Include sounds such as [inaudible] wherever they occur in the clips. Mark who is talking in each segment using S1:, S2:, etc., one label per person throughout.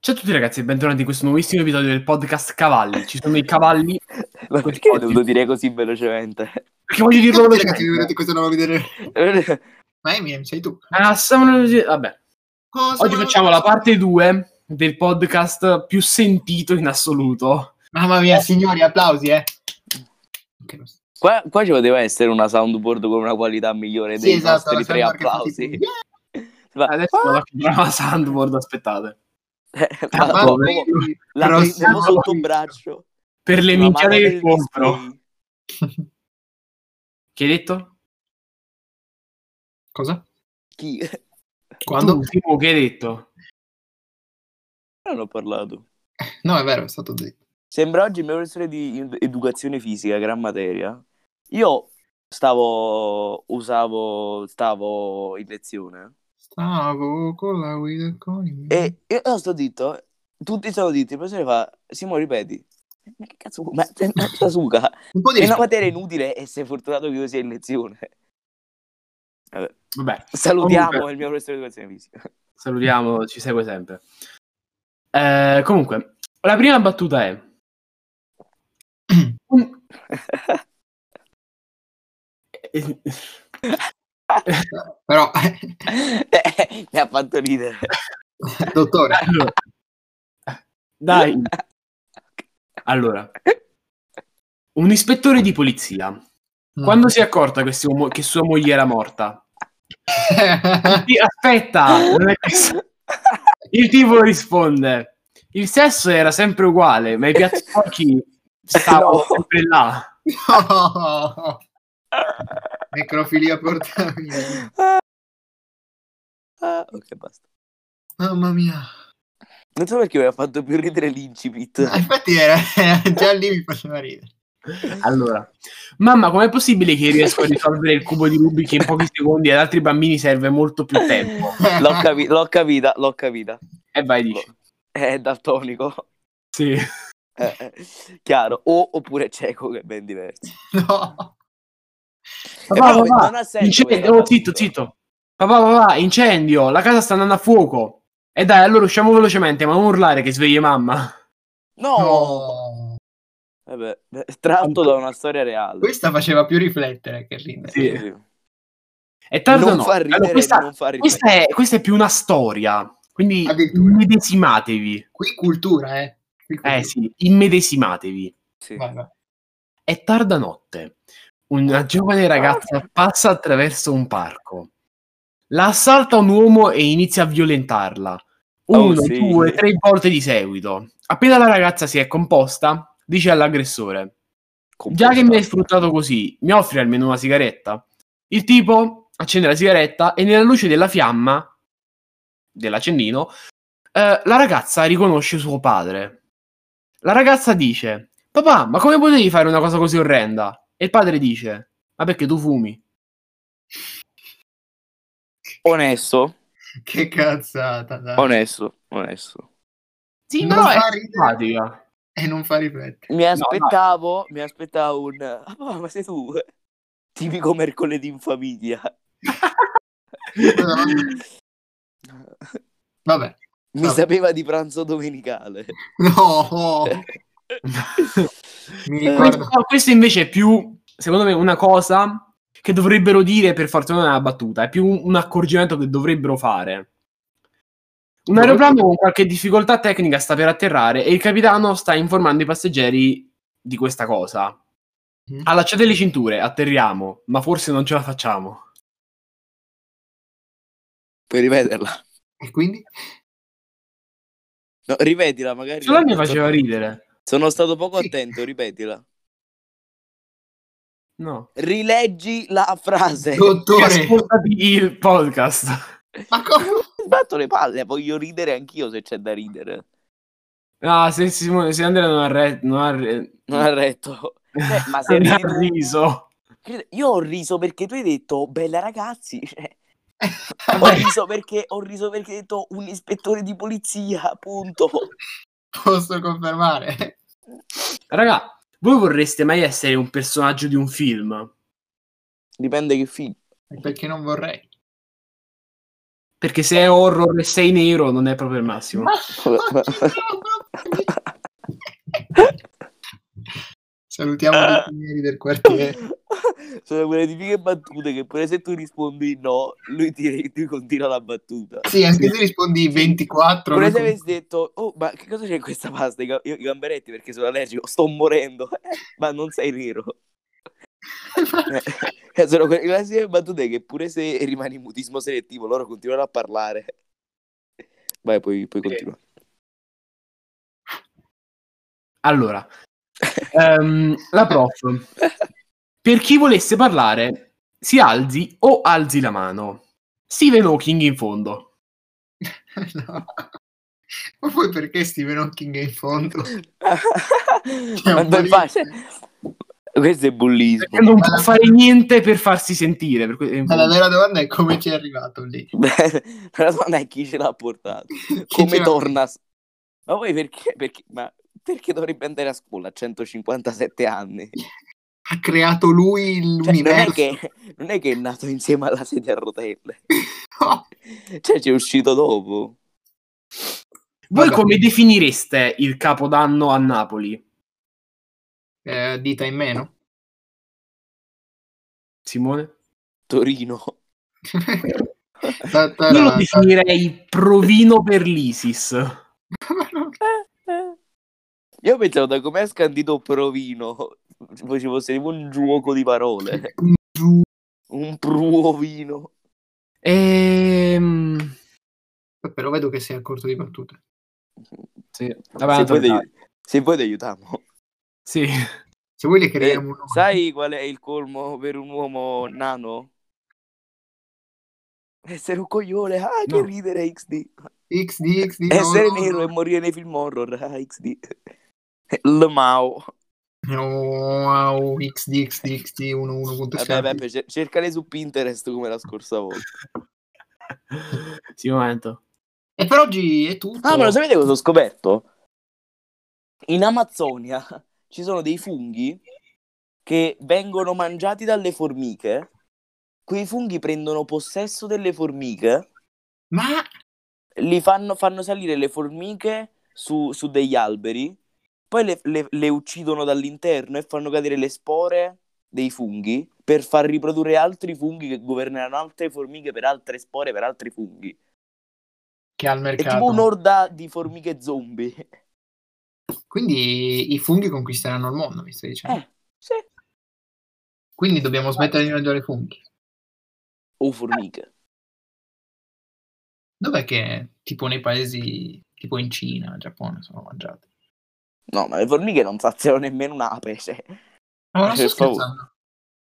S1: Ciao a tutti ragazzi e bentornati in questo nuovissimo episodio del podcast Cavalli. Ci sono i cavalli
S2: Ma perché l'ho dovuto dire così velocemente? [laughs]
S1: perché voglio dirlo
S3: Perché ragazzi,
S1: velocemente.
S3: mi vedete questo nuovo video? Ma Eminem, sei tu.
S1: Ah, siamo- Vabbè,
S3: Cosa?
S1: oggi facciamo la parte 2 del podcast più sentito in assoluto.
S3: Mamma mia, signori, applausi, eh. Ok, no.
S2: Qua, qua ci poteva essere una soundboard con una qualità migliore dei
S3: Sì, esatto,
S2: nostri
S3: la
S2: tre
S3: soundboard che fa tipo,
S2: applausi.
S3: yeah!
S2: Ma-
S3: Ah!
S1: Adesso la facciamo la soundboard, aspettate.
S2: Eh,
S1: Ah,
S2: ma-
S3: Mamma
S1: vabbè.
S3: mia.
S2: come- La
S3: Però
S2: prendiamo
S3: siamo-
S2: sotto braccio.
S1: Per le
S2: La mano
S1: minchiate che
S2: del
S1: compro.
S2: display.
S1: Che hai detto?
S3: Cosa?
S2: Chi? [laughs]
S3: Quando?
S1: Tu, Simo, che hai detto?
S2: Non ho parlato.
S3: No, è vero, è stato zitto.
S2: Sembra oggi il mio professore di ed- educazione fisica, gran materia. Io stavo, usavo, stavo in lezione
S3: Stavo con la guida con il...
S2: e io io sto zitto, tutti stanno zitti, il professore fa, Simo ripeti. Ma che cazzo vuoi? Ma ma Sasuka,
S3: Un po' di
S2: è una
S3: rispetto.
S2: materia inutile e sei fortunato che io sia in lezione. Vabbè,
S1: Vabbè,
S2: salutiamo
S1: Comunque-
S2: il mio professore di educazione fisica. [laughs]
S1: salutiamo, ci segue sempre. Eh, comunque, la prima battuta [clears throat] è... Un- Eh,
S3: Però, [laughs]
S2: Eh, Mi ha fatto ridere.
S3: dottore,
S1: Allora.
S2: [laughs]
S1: Dai. Allora, un ispettore di polizia, [laughs] quando si è accorta che sua, mo- che sua moglie era morta,
S3: Mm.
S1: Sì, aspetta, Ah, non è che- il tipo risponde, il sesso era sempre uguale, ma i piatti sporchi [laughs] stavano
S2: No.
S1: sempre là.
S3: No. Necrofilia portata via.
S2: Ah, ok, basta.
S3: Mamma mia.
S2: Non so perché mi ha fatto più ridere
S3: Ah,
S2: l'incipit.
S3: Infatti era, [laughs] già lì mi faceva ridere.
S1: Allora, mamma, com'è possibile che io riesco a risolvere il cubo di Rubik in pochi secondi e ad altri bambini serve molto più tempo?
S2: [laughs] L'ho, capi- l'ho capita, l'ho capita.
S1: E vai, dici.
S2: È daltonico.
S1: Sì.
S2: Eh, eh, chiaro. O, oppure è cieco, che è ben diverso.
S3: No.
S2: Eh,
S1: Papà,
S2: però
S1: papà,
S2: non ha senso
S1: incendio,
S2: questa
S1: oh,
S2: battuta.
S1: zitto, zitto. Papà, papà, incendio, la casa sta andando a fuoco. E dai, allora usciamo velocemente, ma non urlare che svegli mamma.
S2: No!
S3: No.
S2: Vabbè, beh, eh, tratto da una storia reale.
S3: Questa faceva più riflettere che ridere.
S1: Sì.
S2: Sì.
S1: E tanto
S2: Non
S1: no.
S2: fa
S1: Allora,
S2: ridere,
S1: questa,
S2: non fa ridere.
S1: questa è, questa è più una storia, quindi
S3: Addirittura.
S1: immedesimatevi.
S3: Qui cultura, eh. Qui cultura.
S1: Eh sì, immedesimatevi.
S2: Sì.
S3: Vai, vai.
S1: È tarda notte. Una giovane ragazza passa attraverso un parco. La assalta un uomo e inizia a violentarla. Uno,
S2: Oh, sì.
S1: due, tre volte di seguito. Appena la ragazza si è composta, dice all'aggressore: Già che mi hai sfruttato così, mi offri almeno una sigaretta? Il tipo accende la sigaretta e nella luce della fiamma dell'accendino, eh, la ragazza riconosce suo padre. La ragazza dice: Papà, ma come potevi fare una cosa così orrenda? E il padre dice: Ma perché tu fumi?
S2: Onesto,
S3: Che cazzata, dai.
S1: Eh.
S2: onesto, onesto.
S1: Sì,
S3: Non
S1: però è
S3: fa ridere.
S1: simpatica.
S3: E non fa
S2: [laughs]
S3: riflettere.
S2: Mi aspettavo, mi aspettavo un... Ah, papà, ma sei tu? [laughs] Tipico mercoledì in famiglia.
S3: Vabbè.
S2: Mi
S3: Vabbè.
S2: sapeva di pranzo domenicale.
S3: No. Mi
S1: Eh,
S3: ricordo.
S1: Questo, questo invece è più, secondo me, una cosa che dovrebbero dire per far tornare la battuta. È più un, un accorgimento che dovrebbero fare. Un aeroplano con qualche difficoltà tecnica sta per atterrare e il capitano sta informando i passeggeri di questa cosa.
S3: Mm.
S1: Allacciate le cinture, atterriamo, ma forse non ce la facciamo.
S2: Puoi ripeterla?
S3: E quindi?
S2: No, ripetila magari.
S1: Solo mi faceva ridere.
S2: Sono stato poco
S3: Sì.
S2: attento, ripetila.
S1: No.
S2: Rileggi la frase.
S3: Dottore.
S1: Ascoltati il podcast.
S3: Ma come?
S2: Sbatto le palle, voglio ridere anch'io se c'è da ridere.
S1: Ah, se, Simone, se Andrea non ha re- non ha re-
S2: Non ha retto. Cioè, ma
S1: [laughs]
S2: se
S1: non ha
S2: ridi tu-
S1: riso.
S2: Credo- Io ho riso perché tu hai detto bella ragazzi.
S1: [laughs]
S2: cioè, ho,
S1: Vabbè.
S2: riso perché, ho riso perché hai detto un ispettore di polizia, punto.
S3: Posso confermare? [laughs]
S1: Raga, voi vorreste mai essere un personaggio di un film?
S2: Dipende che film. [laughs]
S3: Perché non vorrei.
S1: Perché se è horror e sei nero non è proprio il massimo.
S3: Salutiamo tutti i neri del quartiere.
S2: Sono quelle tipiche battute che pure se tu rispondi no, lui ti, ti continua la battuta.
S3: Sì, anche se rispondi 24.
S2: Pure
S3: non
S2: se
S3: com-
S2: avessi detto, oh, ma che cosa c'è in questa pasta? I, ga- io- i gamberetti perché sono allergico, sto morendo, [laughs] ma non sei nero. Eh, sono quelle classiche battute che pure se rimani in mutismo selettivo loro continuano a parlare. Vai, poi, poi continua.
S1: Allora, ehm, la prof. Per chi volesse parlare, si alzi o alzi la mano. Stephen Hawking in fondo.
S3: [laughs] No. Ma poi perché Stephen Hawking è
S2: [laughs]
S3: in fondo?
S2: Ma per
S3: bullismo.
S2: fare- Questo è bullismo.
S1: Perché non può
S3: alla-
S1: fare niente per farsi sentire. per que-
S3: Ma la vera domanda è come ci è arrivato lì.
S2: Beh, [laughs] La domanda è chi ce l'ha portato, come
S3: ce l'ha-
S2: torna. s- Ma poi perché, perché- ma perché dovrebbe andare a scuola a 157 anni?
S3: Ha creato lui
S2: Cioè, non, è
S3: l'universo.
S2: che, non è che è nato insieme alla sedia a rotelle,
S3: No.
S2: cioè c'è uscito dopo.
S1: Voi
S3: Vabbè.
S1: come definireste il capodanno a Napoli?
S3: [laughs] Eh, dita
S2: [laughs]
S3: in meno.
S1: Simone?
S2: Torino,
S3: Ta- ta-
S1: Io lo
S3: ta-
S1: definirei provino per l'ISIS.
S2: io pensavo da come ha scandito Provino, poi ci fosse tipo un gioco di parole,
S3: Giù.
S2: un pruovino.
S1: Ehm...
S3: [laughs] Però vedo che sei a corto di battute.
S1: Sì,
S2: Se
S1: vabbè,
S2: vuoi,
S1: dai.
S2: ti- se vuoi ti aiutiamo. [laughs]
S1: Sì.
S3: Se vuoi le
S2: Eh,
S3: creiamo un nome.
S2: sai qual è il colmo per un uomo nano? Essere un coglione, ah che
S1: No.
S2: ridere XD.
S3: XD, XD, no,
S2: Essere
S3: no,
S2: nero e morire nei film horror, [laughs] ah XD. Le Mao.
S3: no, wow, XD, XD, XD, 1, 1.
S2: Vabbè, Peppe, cer- cercale su Pinterest come la scorsa volta.
S1: Sì, un momento.
S3: E per oggi è tutto.
S2: Ah, ma lo sapete cosa ho scoperto? In Amazzonia [laughs] ci sono dei funghi che vengono mangiati dalle formiche. Quei funghi prendono possesso delle formiche
S3: Ma
S2: li fanno, fanno salire le formiche su, su degli alberi, poi le, le- le uccidono dall'interno e fanno cadere le spore dei funghi per far riprodurre altri funghi che governeranno altre formiche per altre spore, per altri funghi.
S3: che al
S2: È
S3: mercato.
S2: tipo un'orda di formiche zombie.
S3: Quindi i funghi conquisteranno il mondo, mi stai dicendo.
S2: Eh, sì.
S3: Quindi dobbiamo smettere di mangiare i funghi.
S2: O formiche.
S3: Dov'è che tipo nei paesi tipo in Cina, Giappone sono mangiati?
S2: No, ma le formiche non saziano nemmeno un'ape, cioè.
S3: Ma non sto
S2: Per favore.
S3: scherzando.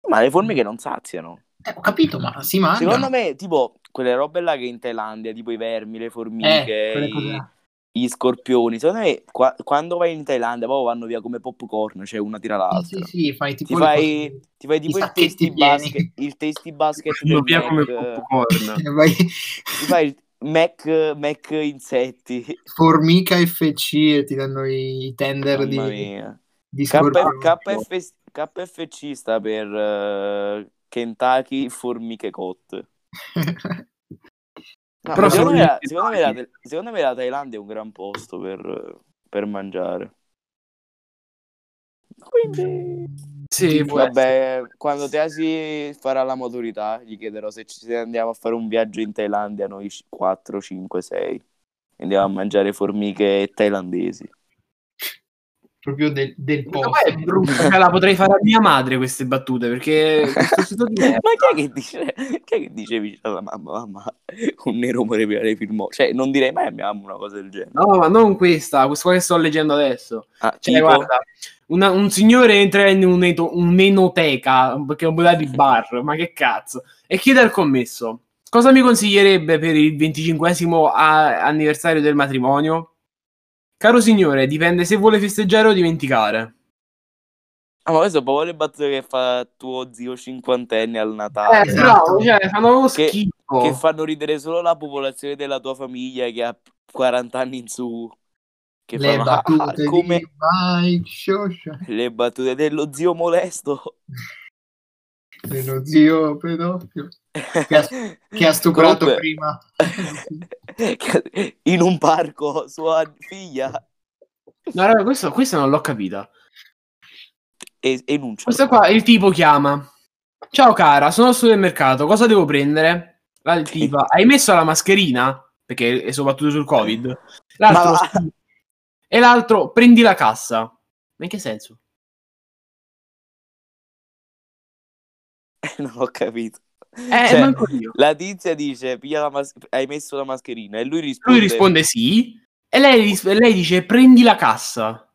S2: Ma le formiche non saziano.
S3: Eh, ho capito, ma si mangiano.
S2: Secondo me, tipo, quelle robe là che in Thailandia, tipo i vermi, le formiche,
S3: eh, quelle
S2: i-
S3: cose là.
S2: gli scorpioni. Secondo me, qua- quando vai in Thailandia, poi vanno via come popcorn, cioè una tira
S3: Sì,
S2: l'altra.
S3: sì, sì, fai tipo
S2: Ti
S3: le [laughs]
S2: fai, ti fai tipo il
S3: sacchetti
S2: tasty
S3: pieni.
S2: basket, il tasty basket del
S1: Non via come
S2: Mac,
S3: cose-
S1: popcorn.
S3: Eh, vai-
S2: ti fai il Mac, Mac insetti.
S3: Formica FC e ti danno i tender
S2: Mamma
S3: di,
S2: mia.
S3: di
S2: KF-
S3: scorpione.
S2: KF- KFC sta per eh, Kentucky Formiche Cotte. No,
S1: Però
S2: ma secondo,
S1: sono
S2: me la,
S1: in
S2: secondo me
S1: Kentucky.
S2: la- secondo me la Thailandia è un gran posto per, per mangiare. Quindi,
S1: Sì, può essere.
S2: vabbè, quando Teasi farà la maturità, gli chiederò se ci se andiamo a fare un viaggio in Thailandia noi 4, 5, 6. Andiamo a mangiare formiche thailandesi.
S3: [laughs] Proprio del, del
S1: Ma
S3: posto.
S1: poi è [laughs] brutta, cioè, Boh, la potrei fare a mia madre queste battute perché
S2: [laughs]
S1: questo sito di
S2: Ma
S1: merda-
S2: chi è che dice, chi è che dice vicino alla mamma, mamma, un nero muore prima dei film? Cioè, non direi mai a mia mamma una cosa del genere.
S1: No, ma non questa, questa qua che sto leggendo adesso.
S2: Ah,
S1: Cioè,
S2: tipo-
S1: guarda, una- un signore entra in un'eto- un'enoteca, perché è un bucato
S2: [laughs]
S1: di bar, ma che cazzo, e chiede al commesso, cosa mi consiglierebbe per il 25 anniversario del matrimonio? Caro signore, dipende se vuole festeggiare o dimenticare.
S2: Ah, ma questo è proprio le battute che fa tuo zio cinquantenne al Natale.
S3: Eh, bravo, cioè,
S1: fanno
S2: Esatto. Che-
S1: schifo.
S2: Che fanno ridere solo la popolazione della tua famiglia che ha 40 anni in su. Che
S3: le
S2: fanno, "Ah,
S3: battute
S2: ah, come
S3: di Mike Scioscia
S2: le battute dello zio molesto.
S3: dello zio pedofilo
S2: [laughs]
S3: Che ha, che ha stuprato
S2: Comunque- [laughs]
S3: prima.
S2: in un parco sua
S3: [laughs]
S2: figlia
S1: No, raga, questo, questa non l'ho capita.
S2: e enuncia.
S1: Questo qua, il tipo chiama. Ciao cara, sono al supermercato, cosa devo prendere? La il tipa, hai messo la mascherina? Perché è soprattutto sul covid. L'altro,
S2: Ma va.
S1: "Sì." e l'altro, prendi la cassa. Ma in che senso?
S2: [laughs] Non ho capito.
S1: Eh,
S2: Cioè,
S1: manco io.
S2: La tizia dice: Piglia la mas- Hai messo la mascherina? E lui risponde:
S1: Lui risponde sì. E lei, ris- lei dice, prendi la cassa.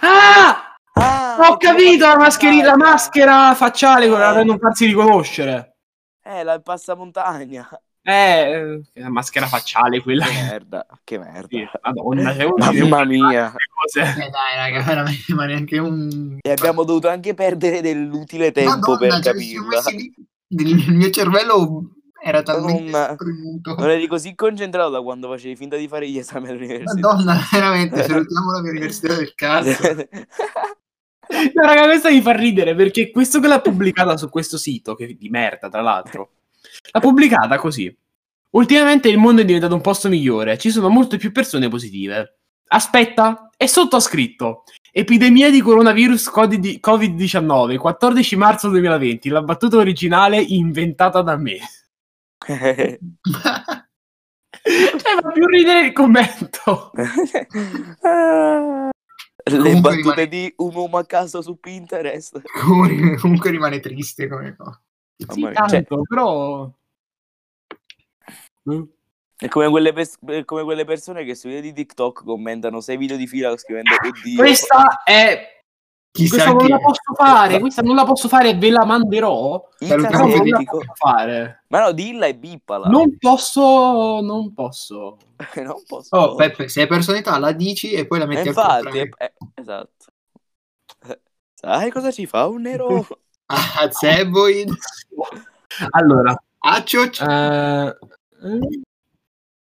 S1: Ah!
S2: "Ah,
S1: Ho
S2: perché
S1: capito la
S2: passa
S1: mascherina, la
S2: montagna."
S1: maschera facciale, quella per non farsi riconoscere.
S2: Eh,
S1: [laughs]
S2: la passamontagna.
S1: Eh, eh, la maschera facciale quella.
S2: Che merda, che merda.
S1: Sì, Madonna, cioè, uno deve
S2: Mamma mia.
S1: fare cose.
S3: Eh, dai, raga, [laughs] veramente, ma neanche un...
S2: E abbiamo dovuto anche perdere dell'utile tempo
S3: Madonna,
S2: per
S3: cioè, ci siamo
S2: capirla.
S3: messi lì. Il mio cervello era talmente
S2: Non-
S3: spremuto.
S2: Non eri così concentrato da quando facevi finta di fare gli esami all'università. [laughs]
S3: Madonna, veramente, salutiamo la mia università del cazzo. [laughs]
S1: No, raga, questa mi fa ridere perché questo che l'ha pubblicata su questo sito, che di merda tra l'altro, l'ha pubblicata così. Ultimamente il mondo è diventato un posto migliore, ci sono molte più persone positive. Aspetta, è sotto scritto. Epidemia di coronavirus codi- Covid-19, 14 marzo 2020, la battuta originale inventata da me. [laughs] Cioè, fa più ridere il commento.
S2: Le [laughs]
S3: Comunque
S2: Ah. battute
S3: rimane-
S2: di un uomo a caso su Pinterest.
S3: comunque, comunque rimane triste come cosa.
S1: Sì,
S2: Mamma mia,
S1: tanto,
S2: cioè,
S1: però... mm.
S2: è come quelle, pers- è come quelle persone che sui video di TikTok commentano sei video di fila scrivendo oddio.
S1: Questa è
S3: Chissà
S1: Questa non
S3: chi
S1: la
S3: è.
S1: posso
S2: Esatto.
S1: fare, questa non la posso fare, ve la manderò.
S2: Inca
S1: Però non la
S2: sovietico.
S1: posso fare.
S2: Ma no, dilla e bippala. [laughs]
S1: Non posso, non posso.
S2: Non posso.
S3: Oh, Peppe, se hai personalità la dici e poi la
S2: Eh,
S3: metti al
S2: infatti,
S3: contrario.
S2: eh, esatto. [laughs] Sai cosa ci fa un nero?
S3: A Ah, Zeboid, Ah,
S1: Allora,
S3: a Cioce,
S1: eh,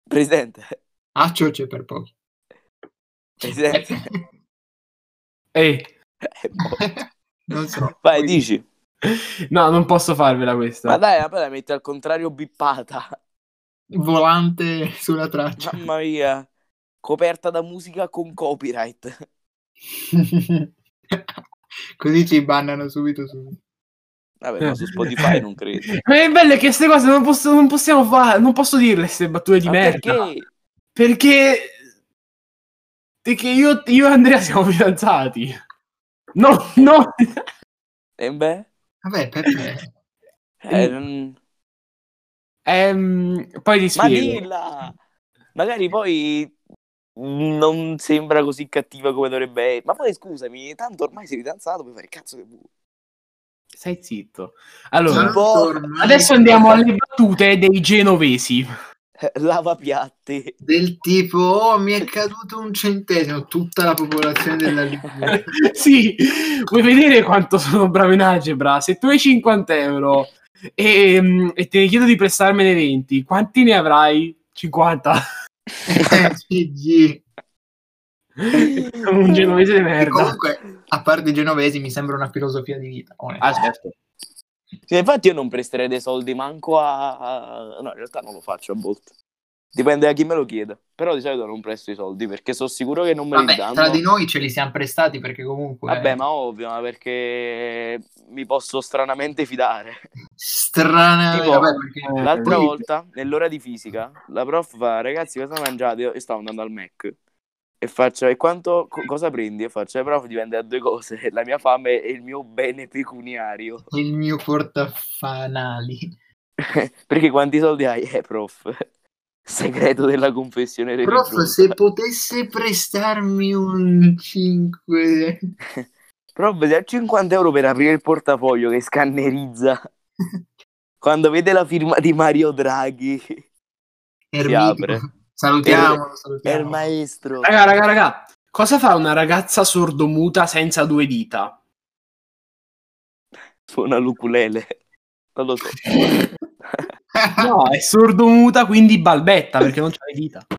S2: Presidente.
S3: a Cioce Ah, per poco. Eh,
S2: Presidente.
S1: eh,
S2: Eh, boh.
S3: [laughs] non so.
S2: Vai, dici.
S1: no, non posso farvela
S2: Ma
S1: questa.
S2: dai, ma poi la metti al contrario bippata.
S3: Volante sulla traccia.
S2: Mamma mia. Coperta da musica con copyright.
S3: [laughs] Così ci bannano subito su.
S2: Vabbè,
S1: Eh.
S2: ma su Spotify non credo.
S1: Ma è bello che queste cose non, posso, non possiamo fare, non posso dirle queste battute di
S2: Ma
S1: merda.
S2: perché?
S1: Perché? Perché io, io e Andrea siamo fidanzati. No, no.
S2: Eh, beh,
S3: Vabbè, Peppe.
S2: eh,
S1: Mm.
S2: non-
S1: Ehm, poi ti
S2: Ma
S1: spiego.
S2: dilla! Magari poi non sembra così cattiva come dovrebbe essere. Ma poi scusami, tanto ormai sei ridanzato, puoi fare il cazzo che vuoi.
S1: Stai zitto. Allora,
S2: Tipo-
S1: adesso andiamo alle battute dei genovesi. [laughs]
S2: Eh, Lavapiatti.
S3: Del tipo, oh, mi è caduto un centesimo, tutta la popolazione
S1: [laughs]
S3: della Liguria. Eh,
S1: sì, vuoi vedere quanto sono bravo in algebra? Se tu hai 50 euro e, mm, e te ne chiedo di prestarmene 20, quanti ne avrai? 50.
S3: GG.
S1: Sono [laughs] un genovese di
S3: E
S1: merda.
S3: comunque, a parte i genovesi, mi sembra una filosofia di vita. onestamente.
S1: Ah, certo.
S2: Sì, infatti io non presterei dei soldi manco a... No, in realtà non lo faccio a volte. Dipende da chi me lo chiede. Però di solito non presto i soldi perché sono sicuro che non me li
S3: Vabbè,
S2: danno.
S3: tra di noi eh. ce li siamo prestati perché comunque
S2: Vabbè, ma ovvio, ma perché mi posso stranamente fidare.
S3: strana
S2: Tipo,
S3: vabbè, perché-
S2: L'altra
S3: Poi-
S2: volta, nell'ora di fisica, la prof fa, ragazzi, cosa mangiate? Io stavo andando al Mac. E faccio, e quanto, co- cosa prendi? E faccio, eh, prof, dipende da due cose, [laughs] la mia fame e il mio bene pecuniario.
S3: il mio portafanali.
S2: Perché quanti soldi hai? Eh, prof, [laughs] segreto della confessione religiosa.
S3: Prof, se potesse prestarmi un 5
S2: Prof, se ha 50 euro per aprire il portafoglio che scannerizza, quando vede la firma di Mario Draghi, apre.
S3: Salutiamo,
S2: è il
S3: salutiamo.
S2: maestro.
S1: Raga, raga, raga. Cosa fa una ragazza sordomuta senza due dita?
S2: Suona l'ukulele. Non lo so.
S3: Ah.
S2: erm-
S1: No, è sordomuta, quindi balbetta perché non c'ha le dita.
S3: [laughs]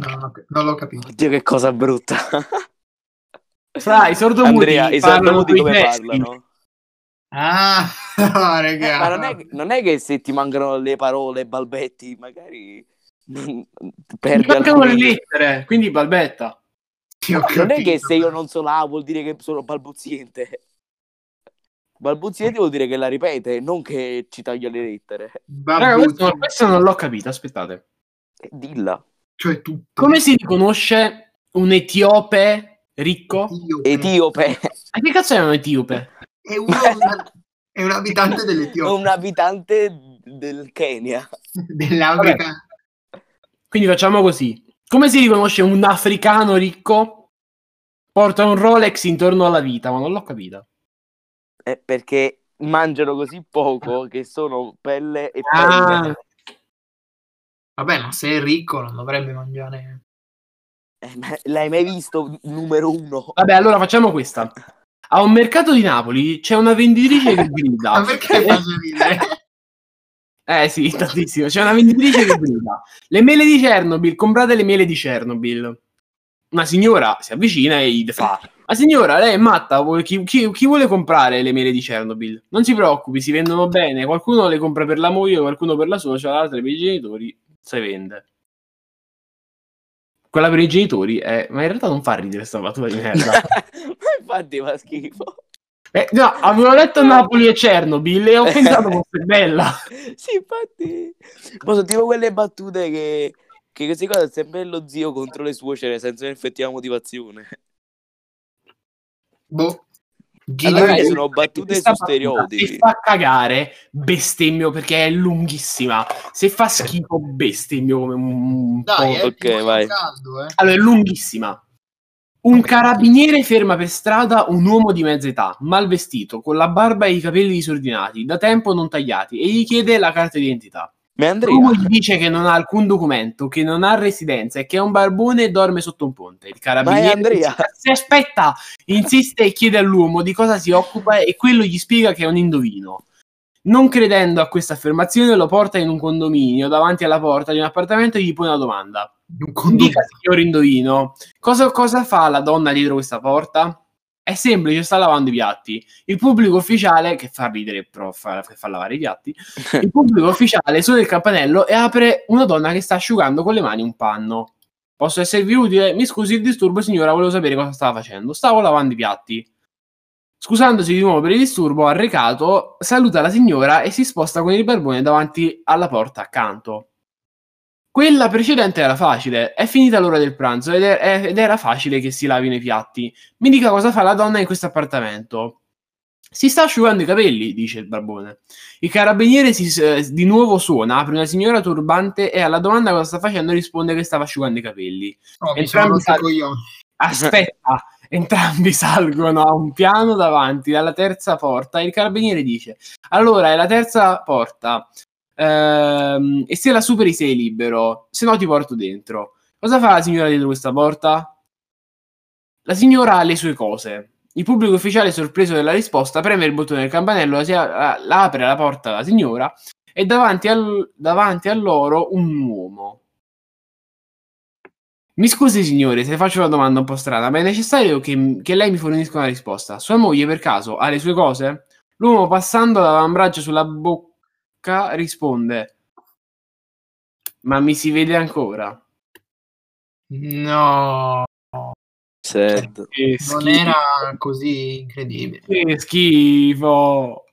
S3: No, non ho- non l'ho capito.
S2: Oddio, che cosa brutta.
S1: Fra i sordomuti
S2: Andrea, i
S1: parlano
S2: sordomuti
S1: coi
S2: come
S1: gesti.
S2: parlano?
S3: Ah, [laughs] no, raga.
S2: Ma non è, che- non è che se ti mancano le parole, balbetti, magari [laughs] ti
S1: Mi
S2: perdi
S1: mancano le
S2: alcuni-
S1: lettere, quindi balbetta.
S3: Sì, ho
S2: Non è che
S3: capito.
S2: se io non so la A vuol dire che sono balbuziente. Balbuziente vuol dire che la ripete, non che ci taglia le lettere.
S1: Raga,
S3: Babbucci,
S1: questo, questo non l'ho capito, aspettate.
S2: Eh, Dilla.
S3: cioè tutto.
S1: Come si riconosce un etiope ricco?
S3: Etiope.
S2: Etiope.
S1: Ma che cazzo è un etiope?
S3: È, uno- è un abitante
S2: [laughs]
S3: dell'Etiopia,
S2: Un abitante del Kenya.
S3: dell'Africa.
S1: Quindi facciamo così. Come si riconosce un africano ricco? Porta un Rolex intorno alla vita, ma non l'ho capita.
S2: Eh, perché mangiano così poco che sono pelle e
S1: Ah.
S2: pelle.
S3: Vabbè, ma se è ricco non dovrebbe mangiare.
S2: Eh, ma l'hai mai visto numero uno?
S1: Vabbè, allora facciamo questa. A un mercato di Napoli c'è una venditrice che
S3: Ma
S1: grida.
S3: perché faccio
S2: [laughs]
S3: ridere?
S1: Eh sì, tantissimo. C'è una venditrice che grida. Le mele di Chernobyl, comprate le mele di Chernobyl. Una signora si avvicina e gli fa. Ma signora, lei è matta, vuole- chi, chi- chi vuole comprare le mele di Chernobyl? Non si preoccupi, si vendono bene. Qualcuno le compra per la moglie, qualcuno per la suocera, l'altra per i genitori. Se vende. Quella per i genitori è... Ma in realtà non fa ridere sta battuta di merda.
S2: [laughs] ma infatti fa schifo.
S1: Eh, no, avevo letto Napoli e Chernobyl e ho pensato fosse bella.
S2: Sì, infatti. Ma sono tipo quelle battute che, che queste cose è sempre lo zio contro le suocere senza un'effettiva motivazione.
S3: Boh.
S2: Alla fine
S1: Ragazzi,
S3: Gigante.
S2: sono battute
S1: questa
S2: su
S1: battuta,
S2: stereotipi.
S1: Se fa cagare, bestemmio perché è lunghissima. Se fa schifo, bestemmio come un un
S3: Dai,
S1: po'.
S3: eh,
S2: ok,
S3: ti voglio
S2: vai.
S3: caldo, eh.
S1: Allora, è lunghissima. Un carabiniere ferma per strada un uomo di mezza età, mal vestito, con la barba e i capelli disordinati, da tempo non tagliati, e gli chiede la carta d'identità.
S2: Ma Andrea,
S1: L'uomo gli dice che non ha alcun documento, che non ha residenza e che è un barbone e dorme sotto un ponte. Il
S2: Ma è
S1: carabiniere
S2: Andrea.
S1: si aspetta, insiste e chiede all'uomo di cosa si occupa e quello gli spiega che è un indovino. Non credendo a questa affermazione lo porta in un condominio davanti alla porta di un appartamento e gli pone una domanda.
S3: Un
S1: Dica
S3: condominio.
S1: signor indovino, cosa, cosa fa la donna dietro questa porta? È semplice, sta lavando i piatti. Il pubblico ufficiale, che fa ridere, però fa, che fa lavare i piatti, [laughs] il pubblico ufficiale suona il campanello e apre una donna che sta asciugando con le mani un panno. Posso esservi utile? Mi scusi il disturbo, signora, volevo sapere cosa stava facendo. Stavo lavando i piatti. Scusandosi di nuovo per il disturbo, arrecato, saluta la signora e si sposta con il barbone davanti alla porta accanto. Quella precedente era facile, è finita l'ora del pranzo ed, è- è- ed era facile che si lavino i piatti. Mi dica cosa fa la donna in questo appartamento. Si sta asciugando i capelli, dice il barbone. Il carabiniere si, s- di nuovo suona, apre una signora turbante e alla domanda cosa sta facendo risponde che stava asciugando i capelli.
S3: No, mi
S1: Entrambi
S3: sono rotto i
S1: sal-
S3: coglioni.
S1: Aspetta, [laughs] entrambi salgono a un piano davanti alla terza porta. e Il carabiniere dice: Allora è la terza porta. ehm, e se la superi sei libero, se no ti porto dentro. Cosa fa la signora dietro questa porta? La signora ha le sue cose. Il pubblico ufficiale, sorpreso della risposta, preme il bottone del campanello, la, si- la- la apre la porta alla signora e davanti, al- davanti a loro un uomo. Mi scusi signore se faccio una domanda un po' strana, ma è necessario che, che lei mi fornisca una risposta. Sua moglie per caso ha le sue cose? L'uomo passando l'avambraccio sulla bocca risponde Ma mi si vede ancora?
S3: No,
S2: [laughs] Certo.
S1: Che
S3: non
S1: schifo.
S3: era così incredibile.
S1: Che schifo.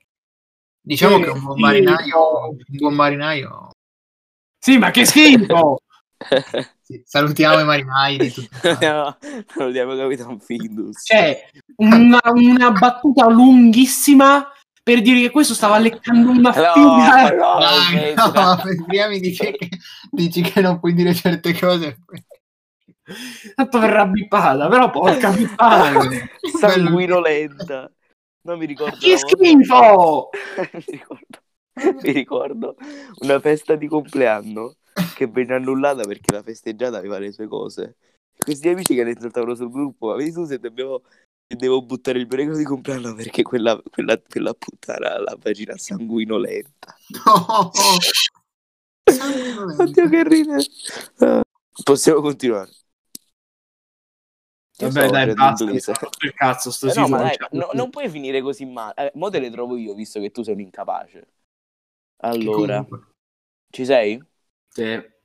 S3: Diciamo
S1: Sì,
S3: che un buon
S1: sì.
S3: marinaio, un buon marinaio.
S1: Sì, ma che [laughs] schifo!
S3: sì, salutiamo i marinai di tutto.
S2: [laughs] no, non abbiamo capito un Findus.
S1: Ah. Cioè, una, una battuta lunghissima per dire che questo stava leccando una
S2: No,
S1: figa.
S2: no,
S3: Dai,
S2: no,
S3: Ah, no, ma prima mi dice che, dici che non puoi dire certe cose. [laughs]
S1: Tanto verrà bippata, però
S2: [laughs]
S1: porca puttana.
S2: sanguinolenta. Non mi ricordo.
S1: che
S2: la
S1: schifo!
S2: volta- [laughs] mi, ricordo, mi ricordo una festa di compleanno che venne annullata perché la festeggiata aveva le sue cose. Questi amici che ne saltavano sul gruppo, ma vedi tu se dobbiamo- se devo buttare il regalo di compleanno perché quella, quella, quella puttana ha la vagina sanguinolenta.
S3: No.
S2: Oddio che ride. Ah. Possiamo continuare. Che
S1: Vabbè,
S2: storia
S1: dai, basta. Mi
S2: d'inglese.
S1: sono rotto il cazzo, sto
S2: Eh no,
S1: sito
S2: ma
S1: non
S2: dai,
S1: c'è
S2: no-
S1: più.
S2: non puoi finire così male. Eh, mo te le trovo io, visto che tu sei un incapace.
S3: Che
S2: Allora,
S3: comunque-
S2: ci sei? Eh,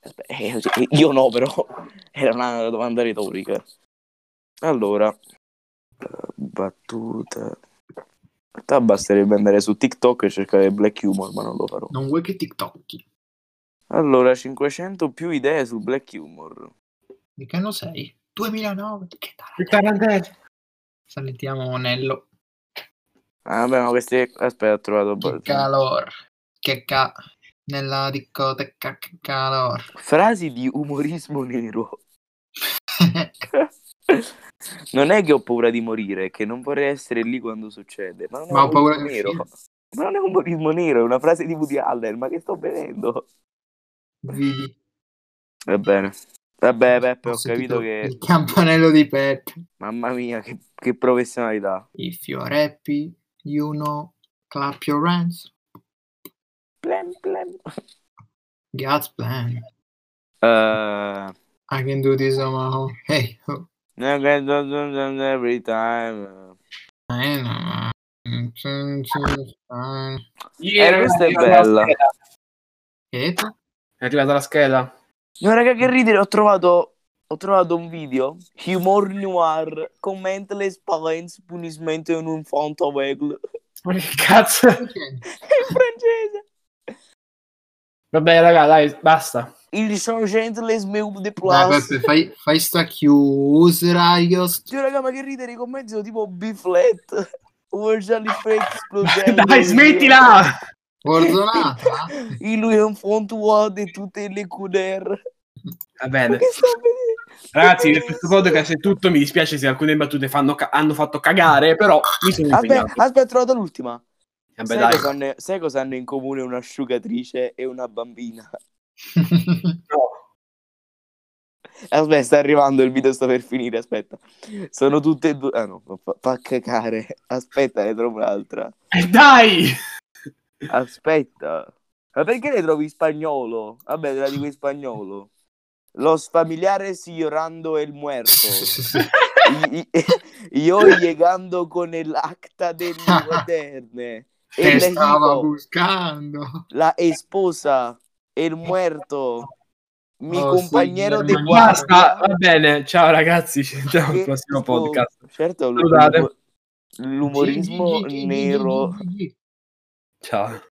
S1: Sì.
S2: Aspe- eh, eh, io no, però. [laughs] Era una domanda retorica. Allora, eh, battuta. In realtà basterebbe andare su TikTok e cercare Black Humor, ma non lo farò.
S3: Non vuoi che TikTok?
S2: Allora, 500 più idee su Black Humor.
S3: Di che anno sei? 2009. Che tarlo. Salutiamo Monello.
S2: Ah, beh, ma queste... Aspetta, ho trovato...
S3: Che calor. Che ca... Nella discoteca che calor. [laughs]
S2: Frasi di umorismo nero. [laughs] Non è che ho paura di morire, che non vorrei essere lì quando succede. Ma, non è
S3: Ma ho paura
S2: umorismo
S3: di
S2: nero.
S3: uscire.
S2: Ma non è un umorismo nero, è una frase di Woody Allen. Ma che sto vedendo?
S3: Vidi.
S2: Va bene. Vabbè, Peppe, ho
S3: Ho
S2: capito
S3: sentito
S2: che...
S3: Il campanello di Peppe.
S2: Mamma mia, che, che professionalità.
S3: If you're happy, you know, clap your hands.
S2: Plem, plem.
S3: God's plan.
S2: Eh,
S3: I can do this on my own. Hey, ho.
S2: every time.
S3: Eh, no, no. Cin, cin, cin.
S2: Eh, questa è
S1: arrivata la
S2: bella.
S1: scheda.
S3: Che hai detto?
S1: È arrivata la scheda.
S2: No, raga, che ridere, ho trovato, ho trovato un video. Humor noir, commentless points, punishment in un fonto vegle.
S1: Ma che cazzo?
S2: È in francese.
S1: Vabbè, raga, dai, basta.
S2: Il sont gentles meu de
S3: Dai,
S2: place.
S3: Peppe, fai, fai sta chiusa, io sto-
S2: Cioè, raga, ma che ridere, i commenti sono tipo B-flat. World Fate esplodendo.
S1: Dai, smettila!
S3: Borzonata?
S2: E lui è un fontuo di tutte le cuder.
S1: Eh, Va bene.
S2: Ma che sta vedendo?
S1: Ragazzi, per questo podcast è tutto. Mi dispiace se alcune battute fanno ca- hanno fatto cagare, però mi sono
S2: Vabbè,
S1: impegnato.
S2: aspetta, ho trovato l'ultima.
S1: Vabbè,
S2: sai,
S1: dai.
S2: Cosa hanno, sai cosa hanno in comune un'asciugatrice e una bambina? [laughs]
S3: [laughs]
S1: No.
S2: Aspetta, sta arrivando il video, sta per finire. Aspetta, sono tutte e due. Ah no, fa, fa cacare. Aspetta, ne trovo un'altra.
S1: Eh, dai!
S2: Aspetta, ma perché ne trovi in spagnolo? Vabbè, te la dico in spagnolo. Los familiares llorando el muerto. Y- y- [laughs] Yo llegando con el acta de mi
S3: [laughs]
S2: guaterne.
S3: Te
S2: El
S3: stava
S2: hijo.
S3: buscando.
S2: la esposa, el muerto, mi
S3: Oh,
S2: compañero
S3: signor
S2: de
S3: Manuel.
S1: Basta,
S2: guardia.
S1: va bene. Ciao ragazzi, ci vediamo al
S2: che-
S1: prossimo
S2: oh,
S1: podcast.
S2: Certo, l'u-
S1: Scusate.
S2: l'umorismo nero.
S1: Ciao.